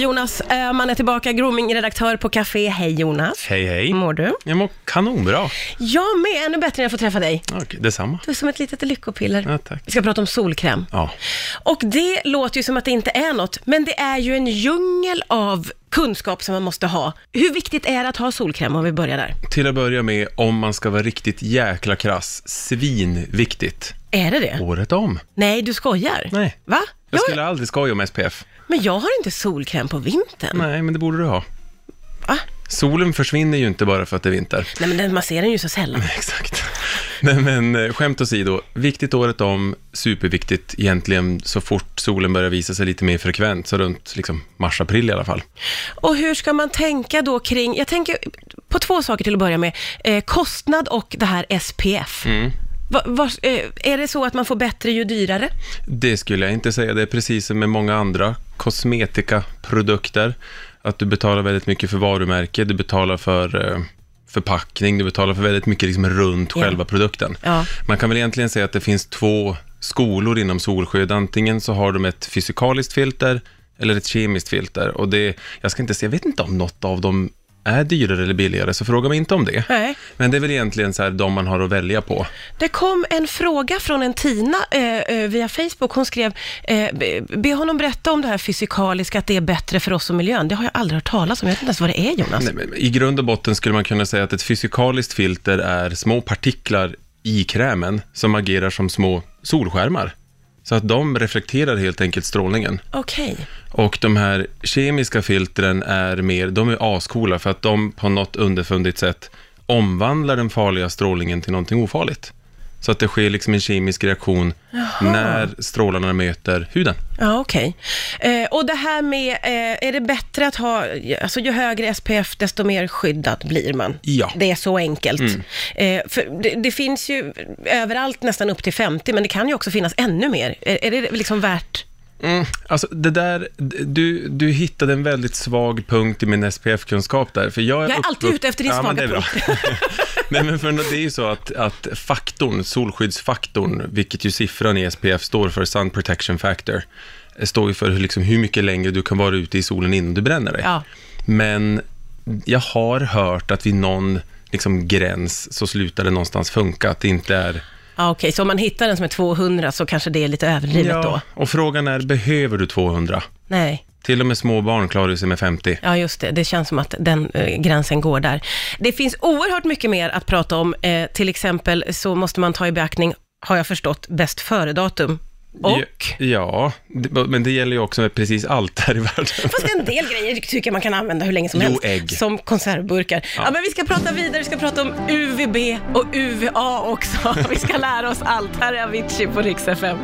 Jonas Öhman är tillbaka, groomingredaktör på Café. Hej Jonas! Hej, hej. Hur mår du? Jag mår kanonbra. Jag med, ännu bättre när jag får träffa dig. Okej, detsamma. Du är som ett litet lyckopiller. Ja, tack. Vi ska prata om solkräm. Ja. Och det låter ju som att det inte är något, men det är ju en djungel av kunskap som man måste ha. Hur viktigt är det att ha solkräm om vi börjar där? Till att börja med, om man ska vara riktigt jäkla krass, svinviktigt. Är det det? Året om. Nej, du skojar? Oh. Nej. Va? Jag Jag skulle aldrig skoja om SPF. Men jag har inte solkräm på vintern. Nej, men det borde du ha. Va? Solen försvinner ju inte bara för att det är vinter. Nej, men den- man ser den ju så sällan. Exakt. Nej, men eh, skämt åsido, viktigt året om, superviktigt egentligen så fort solen börjar visa sig lite mer frekvent, så runt liksom, mars-april i alla fall. Och hur ska man tänka då kring, jag tänker på två saker till att börja med, eh, kostnad och det här SPF. Va, vars- eh, är det så att man får bättre ju dyrare? Det skulle jag inte säga. Det är precis som med många andra kosmetikaprodukter. Att du betalar väldigt mycket för varumärke, du betalar för eh, förpackning, du betalar för väldigt mycket liksom runt Ja. själva produkten. Ja. Man kan väl egentligen säga att det finns två skolor inom solskydd. Antingen så har de ett fysikaliskt filter eller ett kemiskt filter. Och det, jag ska inte säga, jag vet inte om något av dem är dyrare eller billigare, så fråga mig inte om det. Nej. Men det är väl egentligen så här, de man har att välja på. Det kom en fråga från en Tina eh, eh, via Facebook. Hon skrev, eh, be, be honom berätta om det här fysikaliska, att det är bättre för oss och miljön. Det har jag aldrig hört talas om. Jag vet inte ens vad det är Jonas. Nej, men I grund och botten skulle man kunna säga att ett fysikaliskt filter är små partiklar i krämen som agerar som små solskärmar. Så att de reflekterar helt enkelt strålningen. Okej. Och de här kemiska filtren är mer, de är ascoola för att de på något underfundigt sätt omvandlar den farliga strålningen till någonting ofarligt. Så att det sker liksom en kemisk reaktion när strålarna möter huden. Ja, okej. Eh, och det här med, eh, är det bättre att ha, alltså ju högre SPF, desto mer skyddad blir man? Ja. Mm. Det är så enkelt. Eh, för det, det finns ju överallt nästan upp till 50, men det kan ju också finnas ännu mer. Är, är det liksom värt... Mm, alltså det där, d- du, du hittade en väldigt svag punkt i min SPF-kunskap där. För jag är, Jag är upp- alltid upp- ute efter din ja, men svaga det är bra. Nej, men för det är ju så att, att faktorn, solskyddsfaktorn, vilket ju siffran i SPF står för, Sun Protection Factor, står ju för hur, liksom, hur mycket längre du kan vara ute i solen innan du bränner dig. Ja. Men jag har hört att vid någon liksom, gräns så slutar det någonstans funka, att det inte är Ja, okej, så om man hittar den som är 200 så kanske det är lite överdrivet då? Och frågan är, behöver du 200? Nej. Till och med små barn klarar sig med 50. Ja, just det. Det känns som att den eh, gränsen går där. Det finns oerhört mycket mer att prata om. Eh, till exempel så måste man ta i beaktning, har jag förstått, bäst före-datum. Och? Ja, ja, det- men det gäller ju också med precis allt här i världen. Fast en del grejer tycker jag man kan använda hur länge som Jo, helst. ägg. Som konservburkar. Ja. men vi ska prata vidare. Vi ska prata om UVB och UVA också. Vi ska lära oss allt. Här är Avicii på Rix FM.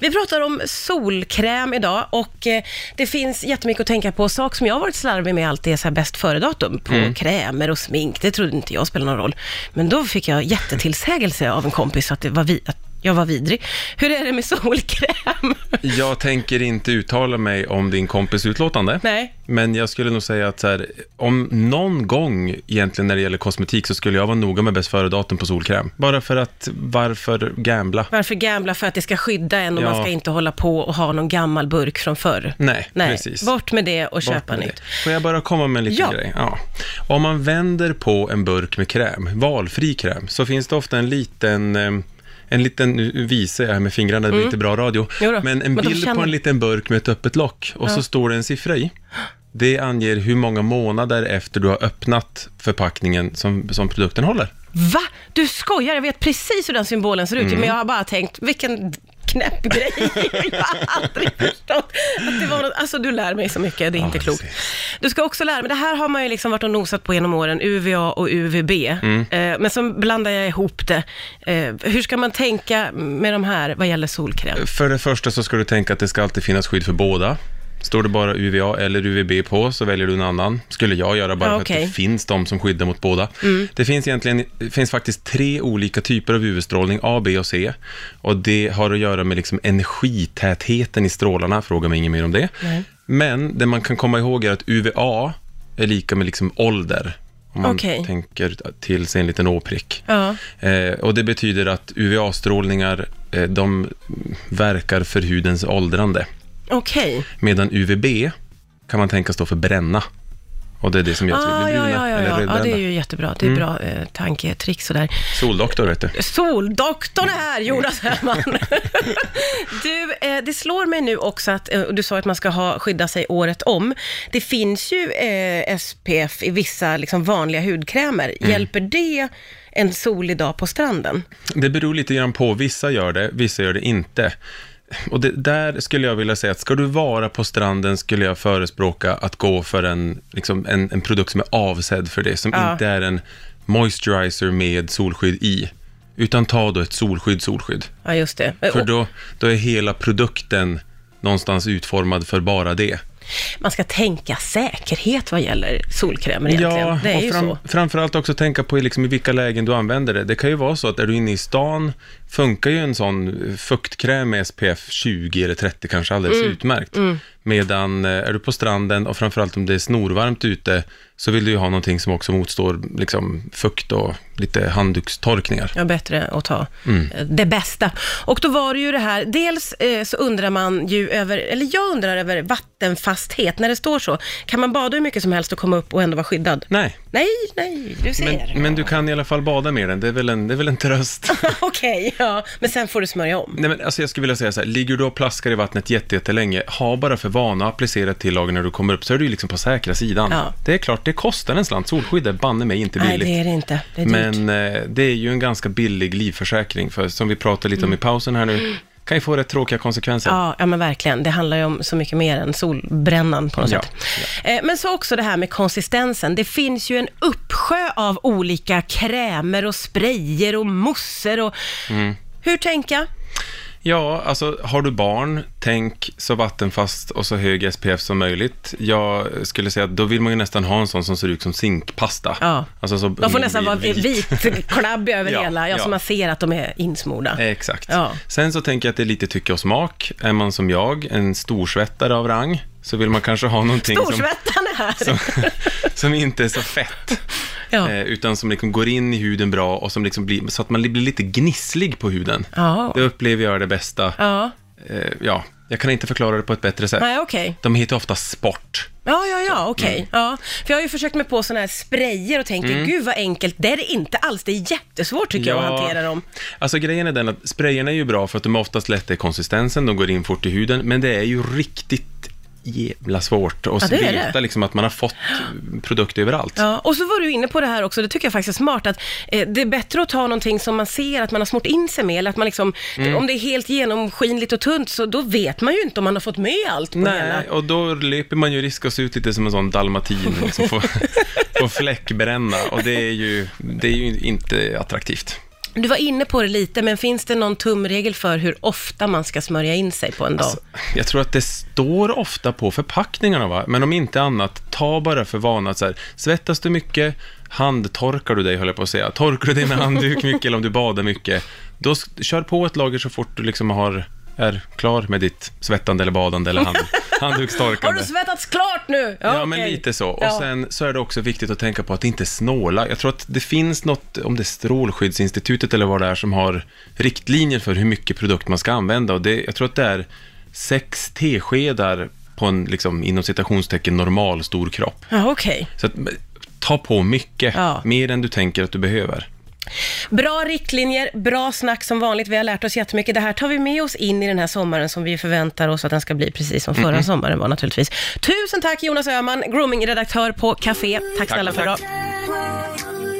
Vi pratar om solkräm idag och eh, det finns jättemycket att tänka på. Sak som jag har varit slarvig med alltid är så här bäst före-datum på Mm. krämer och smink. Det trodde inte jag spelade någon roll. Men då fick jag jättetillsägelse av en kompis att, det var vi, att jag var vidrig. Hur är det med solkräm? Jag tänker inte uttala mig om din kompis utlåtande. Nej. Men jag skulle nog säga att så här, om någon gång egentligen när det gäller kosmetik så skulle jag vara noga med bäst före-datum på solkräm. Bara för att, varför gambla? Varför gambla för att det ska skydda en och Ja. man ska inte hålla på och ha någon gammal burk från förr? Nej, precis. Bort med det och Bort köpa med det. nytt. Får jag bara komma med en liten Ja. grej? Ja. Om man vänder på en burk med kräm, valfri kräm, så finns det ofta en liten eh, en liten, nu visar jag här med fingrarna, det blir inte bra radio. Mm. Jo då, Men en men de bild på känner- en liten burk med ett öppet lock och så står det en siffra i. Det anger hur många månader efter du har öppnat förpackningen som, som produkten håller. Va? Du skojar? Jag vet precis hur den symbolen ser ut, Mm. men jag har bara tänkt, vilken knäpp grej. jag har aldrig förstått att det var något. Alltså, du lär mig så mycket, det är inte jag klokt. Du ska också lära mig, det här har man ju liksom varit och nosat på genom åren, UVA och UVB. Mm. Eh, men så blandar jag ihop det. Eh, hur ska man tänka med de här vad gäller solkräm? För det första så ska du tänka att det ska alltid finnas skydd för båda. Står det bara UVA eller UVB på så väljer du en annan. Skulle jag göra bara Ja, för att okej. Mm. det finns de som skyddar mot båda. Det finns egentligen det finns faktiskt tre olika typer av UV-strålning, A, B och C. Och det har att göra med liksom energitätheten i strålarna, fråga mig inget mer om det. Nej. Men det man kan komma ihåg är att UVA är lika med liksom ålder. Om man Okej. tänker till sig en liten åprick. Ja. Eh, och det betyder att UVA-strålningar, eh, de verkar för hudens åldrande. Okej. Medan UVB kan man tänka stå för bränna. Och det är det som gör att vi Ah, blir ja, bruna ja, ja, eller Mm. ja. ja, rödbrända. det är ju jättebra. Det är bra eh, tanketrick sådär. Soldoktor vet du. Soldoktorn är här, Jonas Hellman. du, eh, det slår mig nu också att, eh, du sa att man ska ha, skydda sig året om. Det finns ju eh, SPF i vissa liksom, vanliga hudkrämer. Mm. Hjälper det en solig dag på stranden? Det beror lite grann på, vissa gör det, vissa gör det inte. Och det, där skulle jag vilja säga att ska du vara på stranden skulle jag förespråka att gå för en, liksom en, en produkt som är avsedd för det, som Ja. inte är en moisturizer med solskydd i. Utan ta då ett solskydd, solskydd. Ja, just det. Eh, För och då, då är hela produkten någonstans utformad för bara det. Man ska tänka säkerhet vad gäller solkrämer egentligen. Ja, det är och ju fram, så. framförallt också tänka på i liksom i vilka lägen du använder det. Det kan ju vara så att är du inne i stan, funkar ju en sån fuktkräm med SPF 20 eller 30 kanske alldeles Mm. utmärkt. Medan eh, är du på stranden och framförallt om det är snorvarmt ute, så vill du ju ha någonting som också motstår liksom, fukt och lite handdukstorkningar. Ja, bättre att ta Mm. eh, det bästa. Och då var det ju det här, dels eh, så undrar man ju över, eller jag undrar över vattenfasthet, när det står så. Kan man bada hur mycket som helst och komma upp och ändå vara skyddad? Nej, Nej, nej, du ser. men, men du kan i alla fall bada med den. Det är väl en, det är väl en tröst. Okej, ja. Men sen får du smörja om. Nej, men alltså jag skulle vilja säga så här, ligger du och plaskar i vattnet jätte- jättelänge, ha bara för vana att applicera till lager när du kommer upp, så är du ju liksom på säkra sidan. Ja. Det är klart, det kostar en slant. Solskydd är banne mig inte Nej, billigt. det är det inte. Det är dyrt. men eh, det är ju en ganska billig livförsäkring, för som vi pratade lite om i pausen här nu, kan ju få rätt tråkiga konsekvenser. Mm. Ja, ja, men verkligen. Det handlar ju om så mycket mer än solbrännan på något Ja, sätt. Eh, Men så också det här med konsistensen. Det finns ju en uppsjö av olika krämer och sprayer och mousser och... Mm. Hur tänka? Ja, alltså har du barn, tänk så vattenfast och så hög SPF som möjligt. Jag skulle säga att då vill man ju nästan ha en sån som ser ut som zinkpasta. Ja. Alltså, så De får nästan vara vit. vitkladdiga över Ja, hela, ja, så ja. Eh, man ser att de är insmorda. Exakt. Ja. Sen så tänker jag att det är lite tycke och smak. Är man som jag, en storsvettare av rang, så vill man kanske ha någonting som, Storsvettan är här! som, som inte är så fett. Ja. Eh, utan som liksom går in i huden bra och som liksom blir, så att man blir lite gnisslig på huden. Ja. Det upplever jag är det bästa. Ja, Eh, ja, jag kan inte förklara det på ett bättre sätt. nej okej. De heter ofta sport. Ja, ja, ja, okej. mm. Ja. För jag har ju försökt mig på sådana här sprayer och tänker, gud vad enkelt. Det är det inte alls. Det är jättesvårt tycker jag att hantera dem. Alltså grejen är den att sprayerna är ju bra för att de är oftast lätta i konsistensen, de går in fort i huden, men det är ju riktigt jävla svårt att det är det. veta liksom att man har fått produkt överallt. Ja, och så var du inne på det här också, det tycker jag faktiskt är smart, att eh, det är bättre att ta någonting som man ser att man har smort in sig med, eller att man liksom, Mm. om det är helt genomskinligt och tunt, så då vet man ju inte om man har fått med allt på hela. Nej, och då löper man ju risk att se ut lite som en sån dalmatin, liksom få, få fläckbränna och det är, ju, det är ju inte attraktivt. Du var inne på det lite, men finns det någon tumregel för hur ofta man ska smörja in sig på en dag? Alltså, Jag tror att det står ofta på förpackningarna, va? men om inte annat, ta bara för vana att så här, svettas du mycket, handtorkar du dig, höll jag på att säga. Torkar du dig med handduk mycket eller om du badar mycket, då s- kör på ett lager så fort du liksom har, är klar med ditt svettande eller badande eller hand, har handdukstorkande. du svettats klart nu? Ja, men okej. lite så. Och Ja. sen så är det också viktigt att tänka på att inte snåla. Jag tror att det finns något, om det är Strålskyddsinstitutet eller vad det är, som har riktlinjer för hur mycket produkt man ska använda. Och det, jag tror att det är sex teskedar på en, liksom, inom citationstecken, normal stor kropp. Ja, okej. Så att, men, ta på mycket, Ja. mer än du tänker att du behöver. Bra riktlinjer, bra snack som vanligt. Vi har lärt oss jättemycket. Det här tar vi med oss in i den här sommaren som vi förväntar oss att den ska bli precis som förra Mhm. sommaren var naturligtvis. Tusen tack Jonas Öhman, groomingredaktör på Café. Tack snälla för idag. Bye.